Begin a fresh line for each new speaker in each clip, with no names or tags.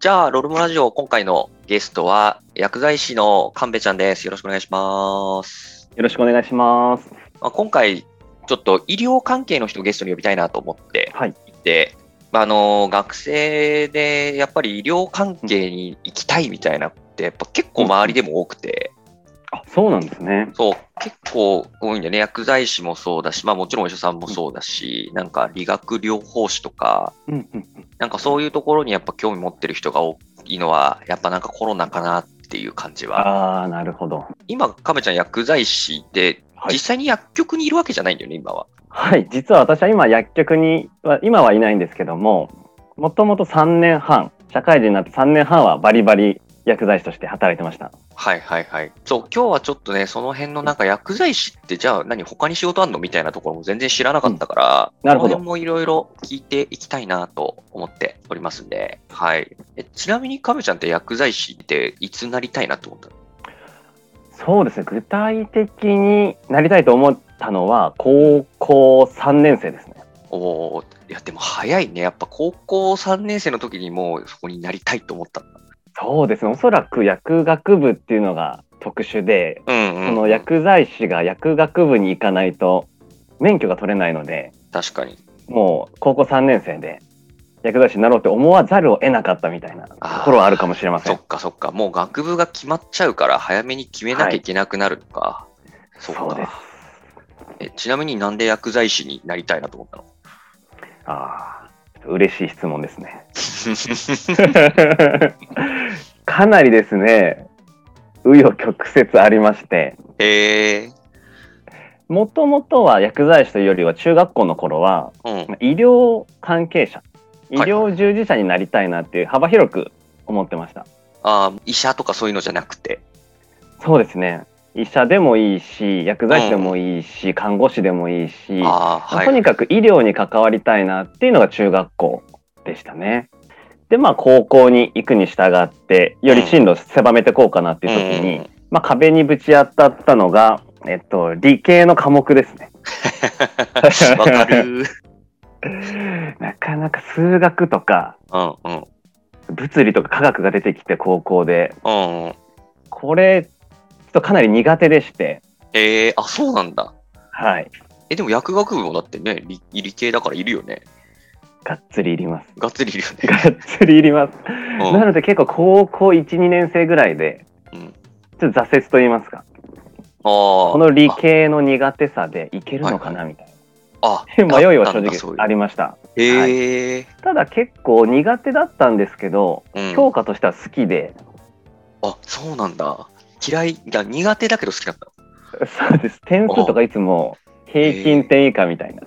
じゃあ、ロルモラジオ、今回のゲストは、薬剤師の神戸ちゃんです。よろしくお願いします。
よろしくお願いします。
まあ、今回、ちょっと医療関係の人をゲストに呼びたいなと思って
はい。
いて、まあ、あの、学生でやっぱり医療関係に行きたいみたいなって、やっぱ結構周りでも多くて、
あ、そうなんですね。
そう、結構多いんだよね。薬剤師もそうだし、まあもちろんお医者さんもそうだし、なんか理学療法士とか、
うんうんうん。
なんかそういうところにやっぱ興味持ってる人が多いのは、やっぱなんかコロナかなっていう感じは。
ああ、なるほど。
今、亀ちゃん薬剤師で、
はい
実際に薬局にいるわけじゃないんだよね、今は。
はい。実は私は今薬局には、今はいないんですけども、もともと3年半、社会人になって3年半はバリバリ薬剤師として働いてました。
はいはいはい。そう、今日はちょっとね、その辺のなんか薬剤師って、じゃあ何、他に仕事あんのみたいなところも全然知らなかったから、
うんなるほど
この辺もいろいろ聞いていきたいなと思っておりますんで、はい。えちなみに亀ちゃんって薬剤師っていつなりたいなと思ったの
そうですね。具体的になりたいと思ったのは、高校3年生ですね。
おーいやでも早いね、やっぱ高校3年生の時にもうそこになりたいと思ったんだ。
そうですね。おそらく薬学部っていうのが特殊で、
うん、うん。
その薬剤師が薬学部に行かないと免許が取れないので、
確かに。
もう高校3年生で薬剤師になろうって思わざるを得なかったみたいなところはあるかもしれませ
そ
ん
っ。かそっか、もう学部が決まっちゃうから、早めに決めなきゃいけなくなるのか。そっ
そうです
かえ。ちなみになんで薬剤師になりたいなと思ったの
ああ、嬉しい質問ですね。
う
かなりですね、紆余曲折ありまして、
んへえ。
もともとは薬剤師というよりは中学校の頃は
うん。
まあ医療関係者、医
はい
療従事者になりたいなっていう幅広く思ってました。
あー医者とかそういうのじゃなくて。
そうですね。医者でもいいし、薬剤師でもいいし、看護師でもいいし、
ああ、はい。
とにかく医療に関わりたいなっていうのが中学校でしたね。でまあ高校に行くに従ってより進路を狭めていこうかなっていう時に、
うん
まあ、壁にぶち当たったのが、えっと、理系の科目ですね。
わかる。
なかなか数学とか
うんうん。
物理とか科学が出てきて高校で
うんうん。
これちょっとかなり苦手でして、
ええあ、そうなんだ。
はい、
え、でも薬学部もだってね、理理系だからいるよね。
がっつりいります。
がっつりいるよね。
がっつりいります。
うん
なので結構高校12年生ぐらいで
うん、
ちょっと挫折と言います
あ
かこ
こ
の理系の苦手さでいけるのかなみたい
あ
な、 迷いは正
あったんだそうい
直
う
ありましたはい
へえ、
ただ結構苦手だったんですけど
うん
教科としては好きで、
あそうなんだ嫌いいや苦手だけど好きだった
そうです点数とかいつも平均点以下みた いな、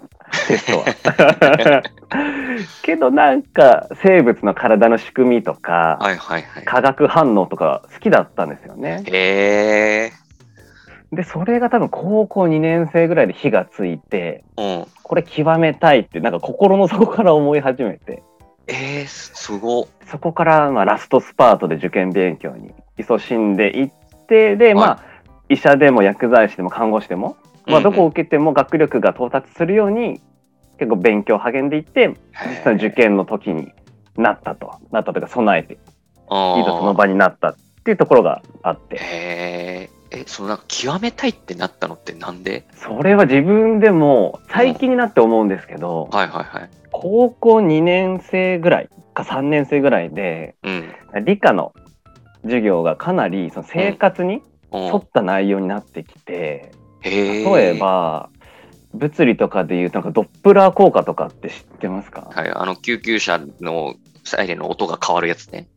テストは けどなんか生物の体の仕組みとか、
はいはいはい
化学反応とか好きだったんですよね
へえ
でそれが多分高校2年生ぐらいで火がついて
うん
これ極めたいってなんか心の底から思い始めて
えー、すすごっ
そこからまあラストスパートで受験勉強に勤しんでいってでまあ、医者でも薬剤師でも看護師でも、まあ、どこを受けても学力が到達するように結構勉強励んでいって実際の受験の時になったとなったというか備えて
い
いざその場になったっていうところがあって
へええそのなんか極めたいってなったのってなんで
それは自分でも最近になって思うんですけど、
はいはいはい
高校2年生ぐらいか3年生ぐらいで
うん
理科の授業がかなりその生活に
うん
沿った内容になってきて、
へー
例えば物理とかでいうなんかドップラー効果とかって知ってますか、
はいあの救急車のサイレンの音が変わるやつね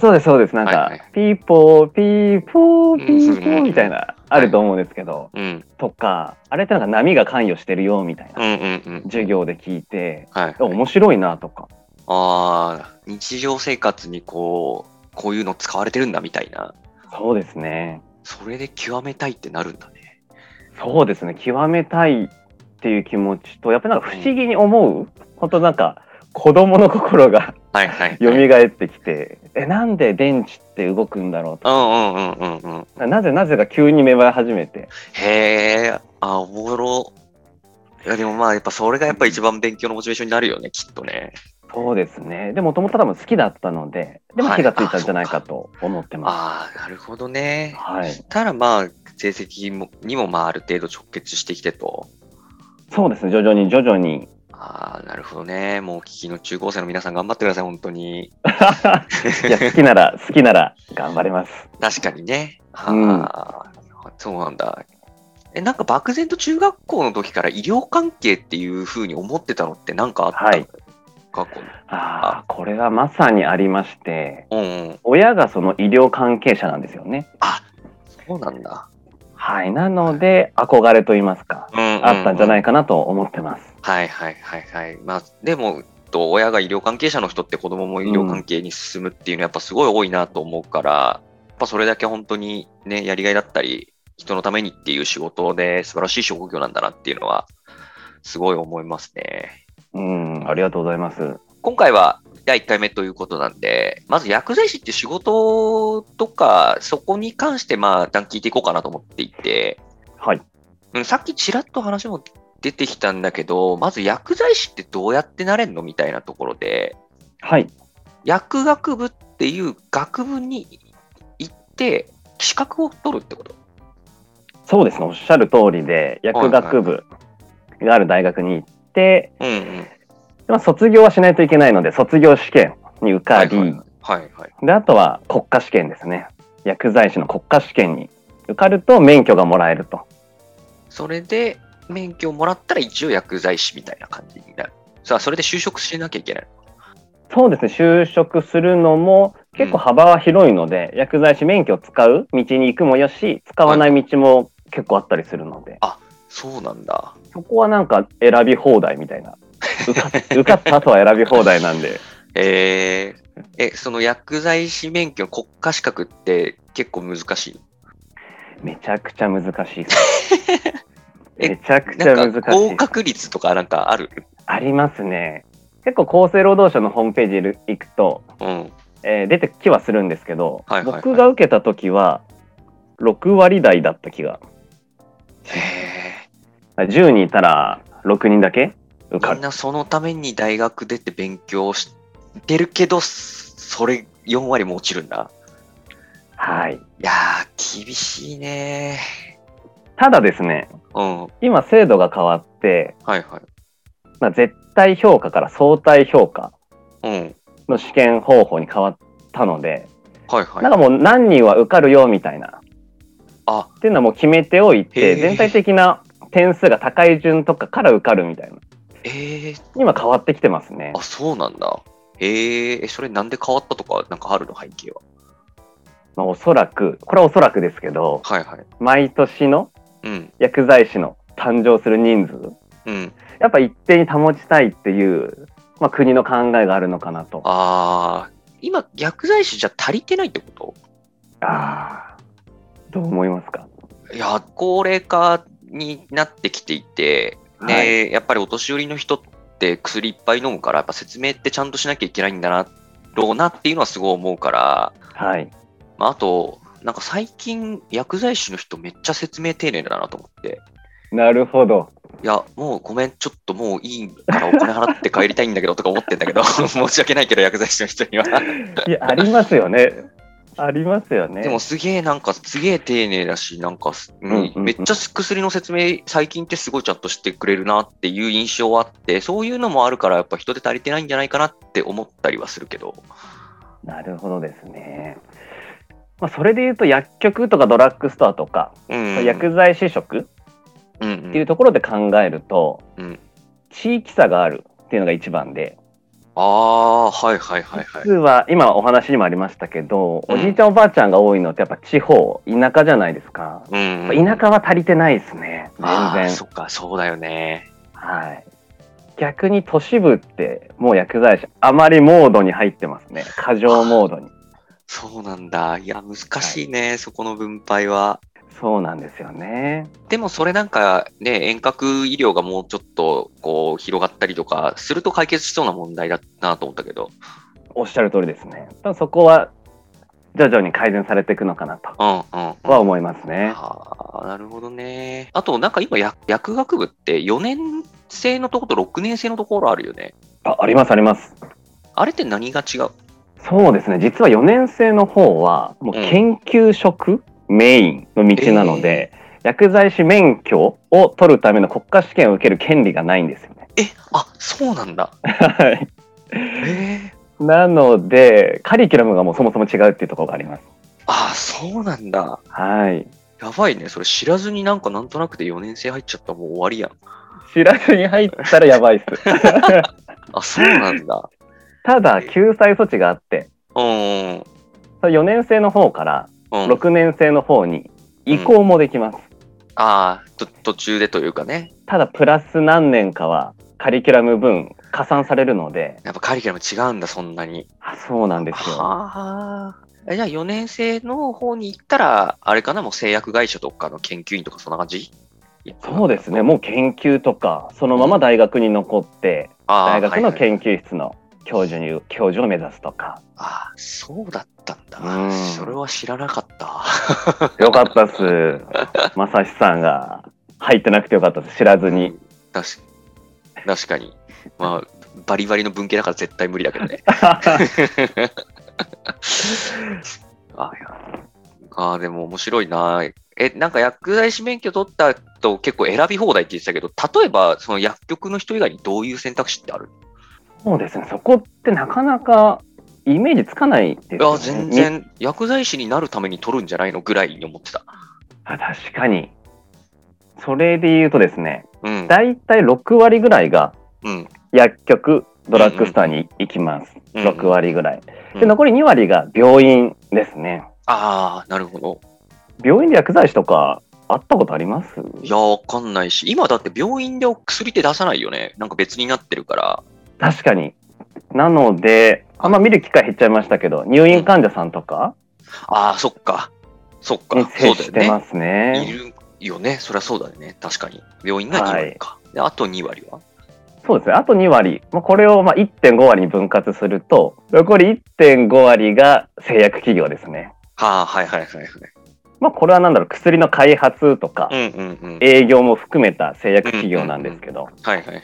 そうですそうですなんか、
はいはい
ピーポーピーポーピー
う
ポ
んう
ー
ん
みたいなあると思うんですけど、
うん
とかあれってなんか波が関与してるよみたいな、
うんうんうん
授業で聞いて
はい
面白いなとか
あー日常生活にこうこういうの使われてるんだみたいな
そうですね
それで極めたいってなるんだね
そうですね極めたいっていう気持ちとやっぱりなんか不思議に思う本当なんか子供の心が
はいはい
蘇
はい
ってきてえなんで電池って動くんだろうと
うんうんうんうんうん。
かなぜなぜか急に芽生え始めて
へえ、あ、おもろ。いやでもまあやっぱそれがやっぱ一番勉強のモチベーションになるよね、きっとね。
そうですね。でもともと多分好きだったので、でも
はい
気がついたんじゃないかと思ってま
ああ、なるほどね
す。。はい。
たらまあ、成績もにもまあある程度直結してきてと。
そうですね。徐々に徐々に。
ああ、なるほどね。もうお聞きの中高生の皆さん頑張ってください、本当に。
い や、好きなら、好きなら頑張ります。
確かにね。あ
うん
ーそうなんだ。え、なんか漠然と中学校の時から医療関係っていうふうに思ってたのってなんかあった、
はい
過去に。
ああ、これはまさにありまして、
うんうん。
親がその医療関係者なんですよね。
あ、そうなんだ。
はい。なので、憧れと言いますか、
うん
あったんじゃないいかなと思ってます。
はいはいはいはい。まあ、でも、と親が医療関係者の人って子供も医療関係に進むっていうのはやっぱすごい多いなと思うから、やっぱそれだけ本当にね、やりがいだったり、人のためにっていう仕事で素晴らしい職業なんだなっていうのは、すごい思いますね。
うん、ありがとうございます。
今回は第1回目ということなんで、まず薬剤師って仕事とか、そこに関して、まあ、一旦聞いていこうかなと思っていて、
はい。
うんさっきちらっと話も出てきたんだけど、まず薬剤師ってどうやってなれるのみたいなところで、
はい。
薬学部っていう学部に行って、資格を取るってこと
そうですね。おっしゃる通りで、薬学部がある大学に行って、
うんうん。
まあ、卒業はしないといけないので、卒業試験に受か
はい
り、
はいはいはい。
で、あとは国家試験ですね。薬剤師の国家試験に受かると免許がもらえると。
それで、免許をもらったら一応薬剤師みたいな感じになる。さあ、それで就職しなきゃいけない。
そうですね。就職するのも結構幅は広いので、薬剤師免許を使う道に行くもよし、使わない道も結構あったりするので、
そうなんだ。
そこはなんか選び放題みたいな。受か受かった後は選び放題なんで。
えーえ、その薬剤師免許、国家資格って結構難しい。
めちゃくちゃ難しいです
え
めちゃくちゃ
な
難
ん
しい
か合格率とかなんかある。
ありますね結構厚生労働省のホームページいる行くと、
うん。
えー出てきはするんですけど、
はいはいはい
僕が受けた時は6割台だった気が
へ
10人いたら6人だけ受
ー
か
みん
る
なそのために大学出て勉強してるけど、それ4割も落ちるんだ。
はい
いやー、厳しいね
ただですね
うん。はい
今制度が変わって、
はい。
まあ、絶対評価から相対評価
うん。
の試験方法に変わったので、
はいはい。
なんかもう何人は受かるよみたいな
あ、
っていうのはもう決めておい
へ
て
ー
全体的な点数が高い順とかから受かるみたいな
えー、
今変わってきてますね
あ、そうなんだ。へーえ、それなんで変わったとか、なんかあるの背景は。
まあ、おそらくこれはおそらくですけど
はいはい。
毎年の
うん。
薬剤師の誕生する人数
うん。
やっぱ一定に保ちたいっていう、まあ、国の考えがあるのかなと
ああ、今、薬剤師じゃ足りてないってこと
あーどう思いますか
いや、高齢化になってきていて、ね、
はい
やっぱりお年寄りの人って薬いっぱい飲むから、やっぱ説明ってちゃんとしなきゃいけないんだな、ろうなっていうのはすごい思うから、
はい
まあ、あと、なんか最近、薬剤師の人めっちゃ説明丁寧だなと思って。
なるほど
いや、もうごめん、ちょっともういいからお金払って帰りたいんだけどとか思ってんだけど、 申し訳ないけど、薬剤師の人には。
いやありますよね ありますよね
でもすげえなんかすげえ丁寧だし、なんかす、うん
うんうん
めっちゃ薬の説明、最近ってすごいちゃんとしてくれるなっていう印象はあって、そういうのもあるから、やっぱ人手足りてないんじゃないかなって思ったりはするけど。
なるほどですね、まあ、それでいうと薬局とかドラッグストアとか
うん、
薬剤師職っ
うんう、
ていうんところで考えると、
うん
地域差があるっていうのが一番で、
ああ、はいはいはいはい
実。は今お話にもありましたけど、
うん
おじいちゃんおばあちゃんが多いのってやっぱ地方田舎じゃないですか、
うんうん、
やっぱ田舎は足りてないですね全
あー
然
そっか、そうだよね。
はい逆に都市部ってもう薬剤師あまりモードに入ってますね過剰モードに
そうなんだ。いや、難しいね、そこの分配は。
そうなんですよね
でもそれなんかね、遠隔医療がもうちょっとこう広がったりとかすると解決しそうな問題だなと思ったけど。
おっしゃる通りですね。多分そこは徐々に改善されていくのかなと
うんうん、うん。
は思いますね。
はあ、なるほどね。あと、なんか今薬、薬学部って4年生のとこと6年生のところあるよね。
あありますあります。
あれって何が違う
そうですね、実は4年生の方は、もう
うん
研究職メインの道なので、薬剤師免許を取るための国家試験を受ける権利がないんです よね。
え、あ、そうなんだ。
はい
えー、
なので、カリキュラムがもうそもそも違うっていうところがあります。
あ、そうなんだ。
はい。
やばいね。それ知らずになんかなんとなくで4年生入っちゃったらもう終わりやん。
知らずに入ったらやばいっす。
あ、そうなん だ。
ただ、救済措置があって、
うんうん
4年生の方から
うん。うん。
6年生の方に移行もできます。
ああ、と途中でというかね。
ただ、プラス何年かはカリキュラム分加算されるので、
やっぱカリキュラム違うんだ、そんなに。
あそうなんですよ。
はあ。えじゃあ4年生の方に行ったら、あれかな、もう製薬会社とかの研究員とかそんな感じ
そうですね、。もう研究とか、そのまま大学に残って、
ああ
大学の
はいはい
研究室の教授に、教授を目指すとか。
ああ、そうだったんだ。
うん
それは知らなかった。
よかったっ す。まさしさんが入ってなくてよかったです、知らず に。
確か確かに。まあ、バリバリの文系だから絶対無理だけどね。 あいやあー、でも面白いな。え、なんか薬剤師免許取ったと結構選び放題って言ってたけど、例えばその薬局の人以外にどういう選択肢ってある
そうですね、そこってなかなかイメージつかないで
い
す
や、
よね。
全
み。
然薬剤師になるために取るんじゃないのぐらいに思ってた。
あ確かに。それで言うとですね、
うん。
だいたい6割ぐらいが
うん。
薬局、ドラッグストアに行きます。
うん
6割ぐらい。
うん
で、残り2割が病院ですね。
ああ、なるほど。
病院で薬剤師とか会ったことあります
いや、わかんないし、今だって病院でお薬って出さないよね。なんか別になってるから。
確かになのであんま見る機会減っちゃいましたけど入院患者さんとか
ああ、そっか。そっか
に。
そ
接
うだ
し
よ
て
ね。
ますね
いるよね。そりゃそうだよね。確かに。病院が2割か。であと2割は
そうですねあと2割、まあ、これをまあ1.5割に分割すると残り1.5割が製薬企業ですね
はあ、はいはいはいはい。
まあこれはなんだろう薬の開発とか
うんうんうん。
営業も含めた製薬企業なんですけど
はいはいはい。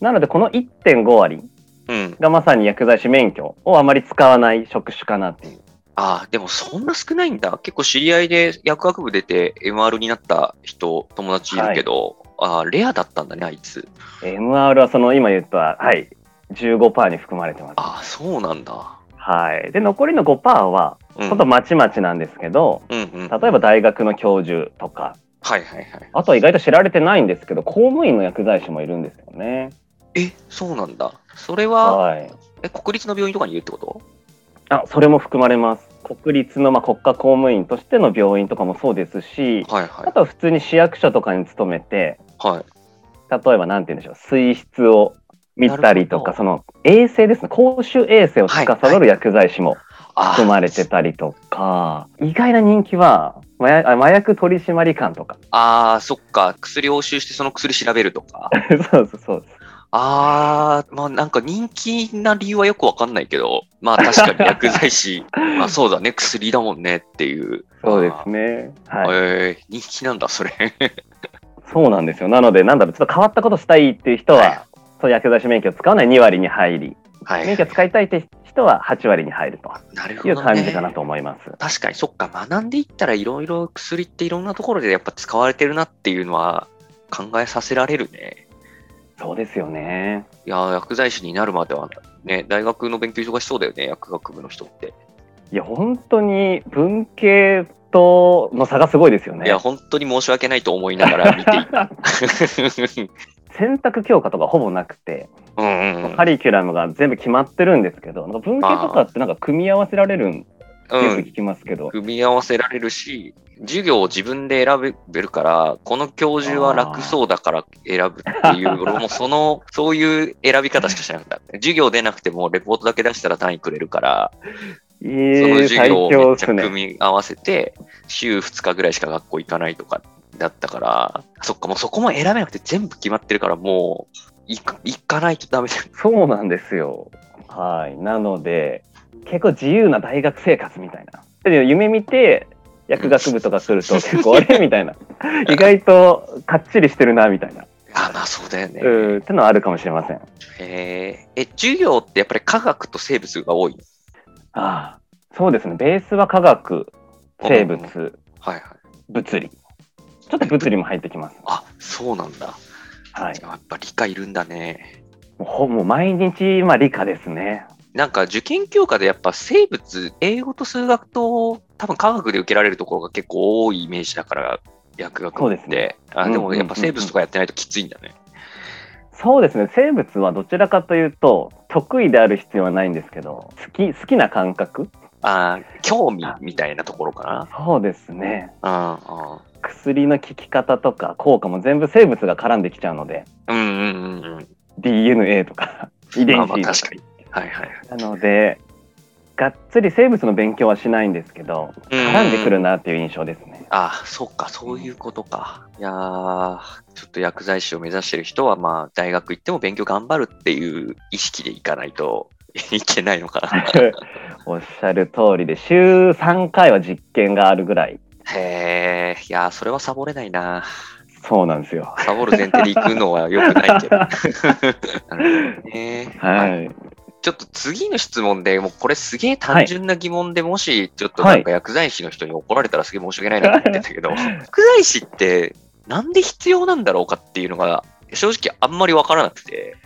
なのでこの1.5割
うん。
がまさに薬剤師免許をあまり使わない職種かなっていう
ああ、でもそんな少ないんだ。結構知り合いで薬学部出て MR になった人、友達いるけど、ああ、レアだったんだね、あいつ。
MR はその今言ったはい15%に含まれてます
ああ、そうなんだ。
はい、で残りの5%は
うん。
ちょっとまちまちなんですけど、
うんうん。
例えば大学の教授とか
はいはいはい。
あとは意外と知られてないんですけど公務員の薬剤師もいるんですよね。
え、そうなんだ。それは、
はい、
え、国立の病院とかにいるってこと
あそれも含まれます国立のまあ国家公務員としての病院とかもそうですし
はいは
あ
い。
とは普通に市役所とかに勤めて
はい。
例えば何て言うんでしょう水質を見たりとかその衛生ですね公衆衛生を司る薬剤師も
あ
含まれてたりとか、意外な人気は麻薬あ麻薬取締官とか
あー、そっか。薬を押収してその薬調べるとか。
そうそうそう
あー、まあなんか人気な理由はよくわかんないけど、まあ確 かに薬剤師、まあそうだね、薬だもんねっていう。
そうですね
あー。
はい
えー、人気なんだ、それ。
そうなんですよなのでなんだろうちょっと変わったことしたいっていう人は、
はい
そう薬剤師免許を使わない2割に入り
は
免許使いたいって人は8割に入ると
なるほ
いう
ど、ね。
感じかなと思います、
確かに、そっか、学んでいったらいろいろ薬っていろんなところでやっぱ使われてるなっていうのは考えさせられるね。
そうですよね
いやー、薬剤師になるまではね、大学の勉強忙しそうだよね、薬学部の人って。
いや本当に文系との差がすごいですよ
い
ね
や、本当に申し訳ないと思いながら見ていた。
選択教科とかほぼなくて
うんうんうん
カリキュラムが全部決まってるんですけど、なんか文系とかってなんか組み合わせられるんってよ
う
く
ん
聞きますけど、
組み合わせられるし、授業を自分で選べるから、この教授は楽そうだから選ぶっていう、俺もその、そういう選び方しかしなかった。授業出なくても、レポートだけ出したら単位くれるから、そ
え
の
ー、
授
最
業を
強
め
っ
っちゃ
すね。
組み合わせて、週2日ぐらいしか学校行かないとかだったから、そっか、もうそこも選べなくて全部決まってるから、もう、行く行かないとダメだよ
そうなんですよ。はい。なので、結構自由な大学生活みたいな。で夢見て、 薬学部とか来ると、結構あれみたいな。意外とかっちりしてるな、みたいな。
いや あ、まあ そうだよね。
うん、ってのはあるかもしれません。
へーえ、授業ってやっぱり科学と生物が多いの
ああ、そうですね。ベースは科学、生物、
はいはい。
物理。ちょっと物理も入ってきます。
あ、そうなんだ。
はい。
やっぱ理科いるんだね。
もうほもう毎日、まあ理科ですね。
なんか受験教科でやっぱ生物、英語と数学と多分科学で受けられるところが結構多いイメージだから、薬学って。
そうですね
あで
うんう
も
んうんうん
やっぱ生物とかやってないときついんだね。
そうですね。生物はどちらかというと、得意である必要はないんですけど、好き、好きな感覚
あー興味みたいなところか
そうですね。
な。うんうん
薬の効き方とか効果も全部生物が絡んできちゃうので、
うんうんうんうん。
DNA とか、遺 伝
まあ
子
まあ
とか
確かに。はいはい。
なので、がっつり生物の勉強はしないんですけど、絡んでくるなっていう印象です ね。
あそっか、そういうことか。いやーちょっと薬剤師を目指してる人は、まあ、大学行っても勉強頑張るっていう意識でいかないと いけないのかな。
おっしゃる通りで、週3回は実験があるぐらい。
へえ、いやーそれはサボれないな。
そうなんで すよ。
サボる前提で行くのは良くないけど。なるほどね
はい。
ちょっと次の質問で、もうこれすげえ単純な疑問で、もしちょっとなんか薬剤師の人に怒られたらすげえ申し訳ないなと思ってた けど、薬剤師ってなんで必要なんだろうかっていうのが正直あんまりわからなくて、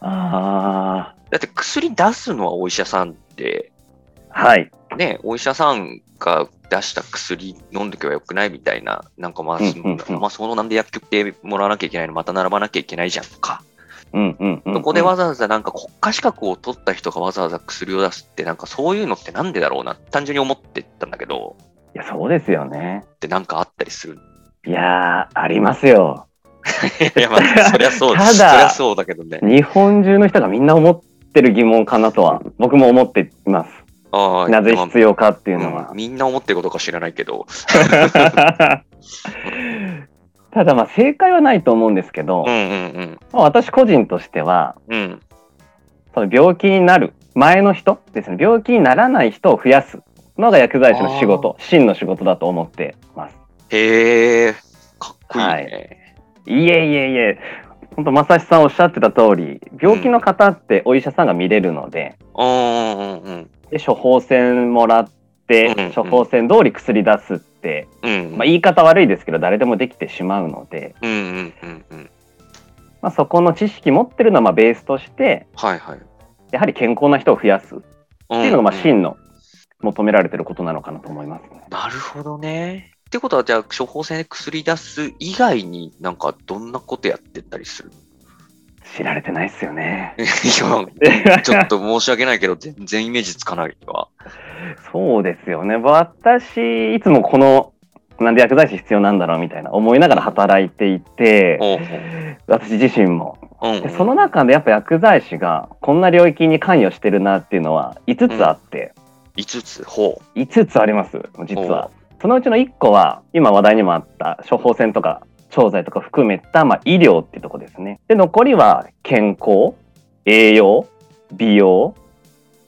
あ
だって薬出すのはお医者さんで、
あ、はい。
ね、お医者さんが出した薬飲んどけばよくないみたいな、なんかまあ、
うんうんうん
まあ、そのなんで薬局でもらわなきゃいけないの、また並ばなきゃいけないじゃんとか、
うんうんうん、うん。
そこでわざわざなんか国家資格を取った人がわざわざ薬を出すって、なんかそういうのってなんでだろうな、単純に思ってたんだけど、
いや、そうですよね。
ってなんかあったりする。
いやー、ありますよ。
いや、 まあ、そりゃそう
ただ
そりゃそうだけどね。
日本中の人がみんな思ってる疑問かなとは、僕も思っています。
ああ
なぜ必要かっていうの
う
は
ん。みんな思ってることか知らないけど、
ただまあ正解はないと思うんですけど、
うんうん
まあ私個人としては
うん。うん。
その病気になる前の人ですね病気にならない人を増やすのが薬剤師の仕事真の仕事だと思ってます。
へえ、かっこいいね。
はいいえいえいえ本当正志さんおっしゃってた通り病気の方ってお医者さんが見れるので,、
うんうんうん
で処方箋もらって、
うんうん
処方箋通り薬出すって、
うん。
まあ、言い方悪いですけど誰でもできてしまうので、
うんうんうんうん。
まあ、そこの知識持ってるのはまあベースとして
はいはい。っ
やはり健康な人を増やすって
て
いうのがまあ真の求められてることなのかなと思いますね。
なるほどね。ってことは、じゃあ、処方箋で薬出す以外になんかどんなことやってたりする
知られてないっすよね。
いや、ちょっと申し訳ないけど、全然イメージつかないわ。
そうですよね。私、いつもこの、なんで薬剤師必要なんだろうみたいな思いながら働いていて、
おう
私自身も。
おううん
でその中でやっぱ薬剤師がこんな領域に関与してるなっていうのは5つあって、
5つ、ほう。
5つあります、実は
お。
そのうちの1個は、今話題にもあった処方箋とか調剤とか含めた、まあ、医療っていうとこですね。で、残りは健康、栄養、美容、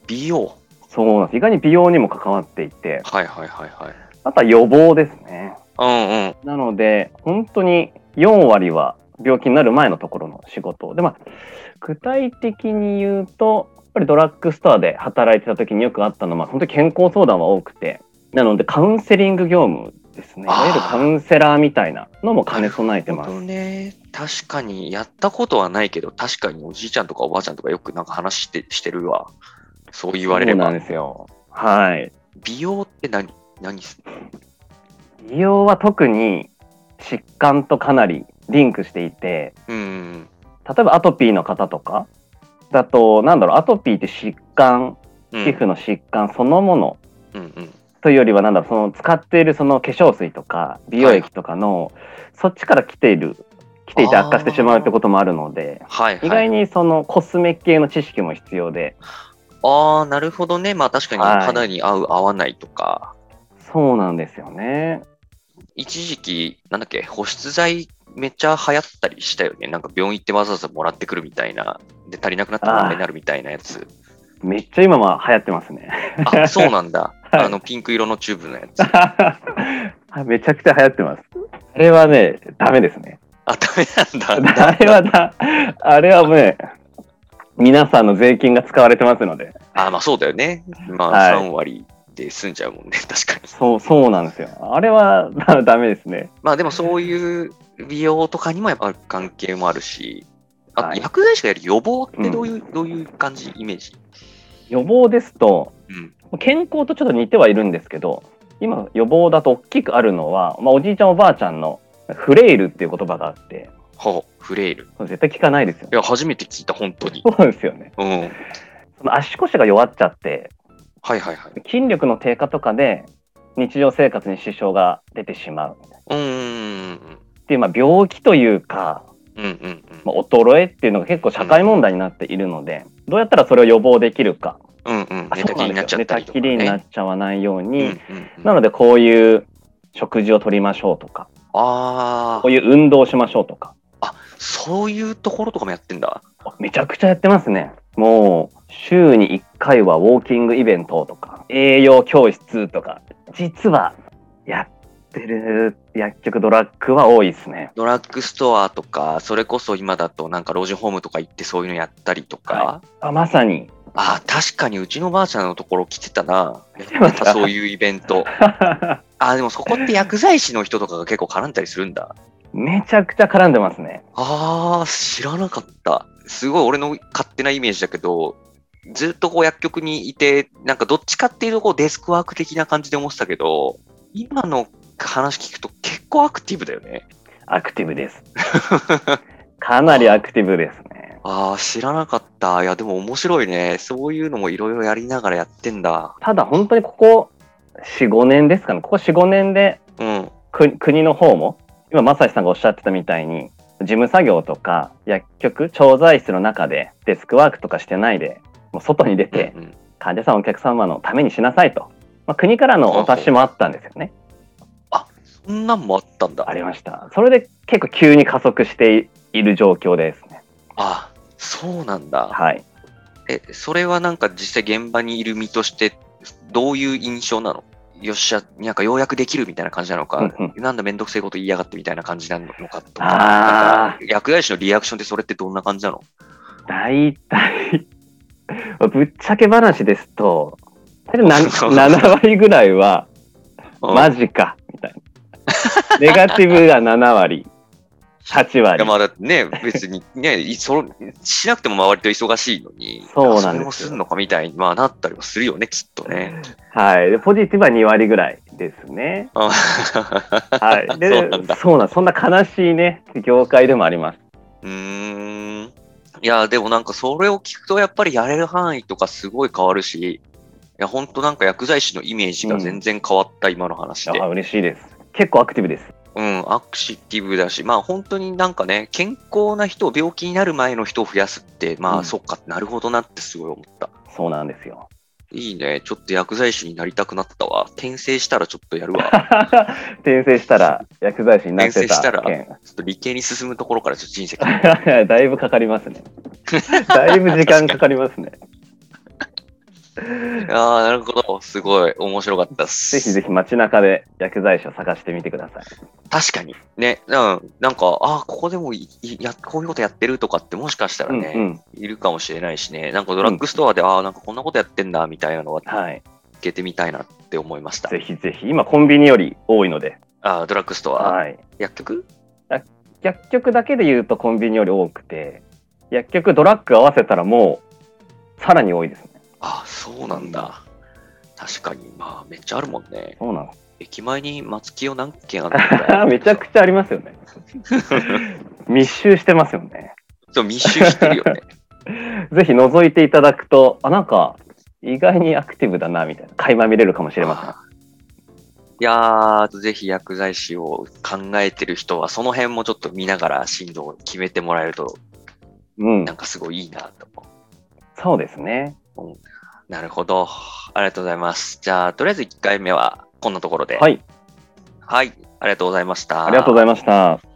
美容。
そうなんです。意外に美容にも関わっていて、
はいはいはいはい。
あとは予防ですね。
うんうん。
なので、本当に4割は病気になる前のところの仕事。で、まあ、具体的に言うと、やっぱりドラッグストアで働いてた時によくあったのは、まあ、本当に健康相談は多くて、なのでカウンセリング業務ですね。い
あー
わゆるカウンセラーみたいなのも兼ね備えてま
なるほど
す。
ね。確かに、やったことはないけど、確かにおじいちゃんとかおばあちゃんとかよくなんか話してしてるわ。そう言われれ
そう
ば
なん。ですよ。はい。
美容って何何す
美容は特に疾患とかなりリンクしていて、
うん。
例えばアトピーの方とかだとなんだろうアトピーって疾患
皮
皮膚の疾患そのもの
うんうん。
というよりはなんだろうその使っているその化粧水とか美容液とかの、そっちから来ている来ていて悪化してしまうってこともあるので
はい、はい。
意外にそのコスメ系の知識も必要で
ああ、なるほどね。まあ確かに
はい
肌に合う、合わないとか。
そうなんですよね
一時期、なんだっけ、保湿剤めっちゃ流行ったりしたよね。なんか病院行ってわざわざもらってくるみたいな。で、足りなくなったら問題になるみたいなやつ。
めっちゃ今は流行ってま すね
あ、そうなんだ。
はい
あの、ピンク色のチューブのやつ。
めちゃくちゃ流行ってますあれはねダメですね
あ、ダメなんだ。
あれはだ、あれはね、皆さんの税金が使われてますので、
あ、まあそうだよね。ま
は
あ
い
3割で済んじゃうもんね、確かに。
そう、そうなんですよ。あれはだダメですね。
まあでもそういう美容とかにもやっぱ関係もあるし、あ
は
と
い
薬剤師がやる予防ってどういう、どういう感じ、イメージ。
予防ですと、
うん。
健康とちょっと似てはいるんですけど、今予防だと大きくあるのは、まあ、おじいちゃんおばあちゃんのフレイルっていう言葉があって、
ほう、フレイル。
これ絶対聞かないですよ
い
ね。
や、初めて聞いた、本当に。
そうですよね。
うん。はい
その足腰が弱っちゃって、
はいはい。
筋力の低下とかで日常生活に支障が出てしまう
うーん。
っていう、まあ、病気というか、
うんうんうん。
まあ、衰えっていうのが結構社会問題になっているので、どうやったらそれを予防できるか、
うんうん。
あ
寝たきりになっちゃったりとか、ね。
そうなんですよ寝たきりになっちゃわないように、
うんうんうん
なのでこういう食事をとりましょうとか
ああ
こう、いう運動をしましょうとか
そういうところとかもやってんだ。
めちゃくちゃやってますねもう週に1回はウォーキングイベントとか栄養教室とか実はやってる薬局ドラッグは多いですね
ドラッグストアとか、それこそ今だとなんか老人ホームとか行ってそういうのやったりとか。
はあまさに
ああ、確かにうちのばあちゃんのところ来てたな。や
てま
っ
し
て
た
たそういうイベント。ああ、でもそこって薬剤師の人とかが結構絡んだりするんだ。
めちゃくちゃ絡んでますね
ああ、知らなかった。すごい俺の勝手なイメージだけど、ずっとこう薬局にいて、なんかどっちかっていうとこうデスクワーク的な感じで思ってたけど、今の話聞くと結構アクティブだよね。
アクティブですかなりアクティブですね
ああ、知らなかった。いや、でも面白いね。そういうのもいろいろやりながらやってんだ。
ただ本当にここ45年ですかねここ45年で
うん。
国国の方も今正志さんがおっしゃってたみたいに事務作業とか薬局調剤室の中でデスクワークとかしてないでもう外に出て
うんうん
患者さんお客様のためにしなさいと、まあ、国からのお達しもあったんですよね
そんなんもあったんだ。
ありましたそれで結構急に加速している状況ですね
あ、そうなんだ。
はい
え、それはなんか実際現場にいる身として、どういう印象なのよっしゃ、なんかようやくできるみたいな感じなのか、
うん
なんだめんどくせえこと言いやがってみたいな感じなのかとか、なんか
あー
薬剤師のリアクションってそれってどんな感じなの
大体ぶっちゃけ話ですと 大体な7割ぐらいは
うん
マジかみたいなネガティブが7割8
いや
割
まあだってね、 別にね、いそしなくても周りと忙しいのに、
そうなんですよ
れもすんのかみたいに、まあ、なったりもするよね、きっとね。
はい、でポジティブは2割ぐらいですね。
あ
はい、で
そうなんだ。
そうなんそんな悲しいね業界でもあります。
うーん。いや、でもなんかそれを聞くと、やっぱりやれる範囲とかすごい変わるし、いや、ほんとなんか薬剤師のイメージが全然変わった、今の話で
あ。嬉しいです。結構アクティブです。
うん、アクシティブだし、まあ本当になんかね、健康な人、病気になる前の人を増やすって、まあ、
うん
そっか、なるほどなってすごい思った。
そうなんですよ。
いいね。ちょっと薬剤師になりたくなったわ。転生したらちょっとやる わ。
転生したら薬剤師になってた
転生したら
件
ちょっと理系に進むところからちょっと人生決める
だいぶかかります ね。だいぶ時間かかりますね。
ああ、なるほど。すごい。面白かったっす。
ぜひぜひ街中で薬剤師を探してみてください。
確かに。ね。うん。なんか、ああ、ここでもいいや、こういうことやってるとかってもしかしたらね、
うんうん、
いるかもしれないしね。なんかドラッグストアで、ああ、なんかこんなことやってんだ、みたいなのは聞
はい、
けてみたいなって思いました。
ぜひぜひ今コンビニより多いので、
ああ、ドラッグストア。
はい、
薬局
薬局だけで言うとコンビニより多くて薬局ドラッグ合わせたらもうさらに多いですね
ああ、そうなんだ。確かに。まあ、めっちゃあるもんね。
そうなんです
駅前に松木を何軒あるんだろう
めちゃくちゃありますよね密集してますよね
そう密集してるよね。
ぜひ覗いていただくとあなんか意外にアクティブだなみたいな垣間見れるかもしれま
いやー、ぜひ薬剤師を考えてる人は、その辺もちょっと見ながら進路を決めてもらえると、
せんうん
なんかすごいいいなと思
そうですね
う。なるほど。ありがとうございます。じゃあ、とりあえず1回目はこんなところで。。
はいい
はい。ありがとうございました。
ありがとうございました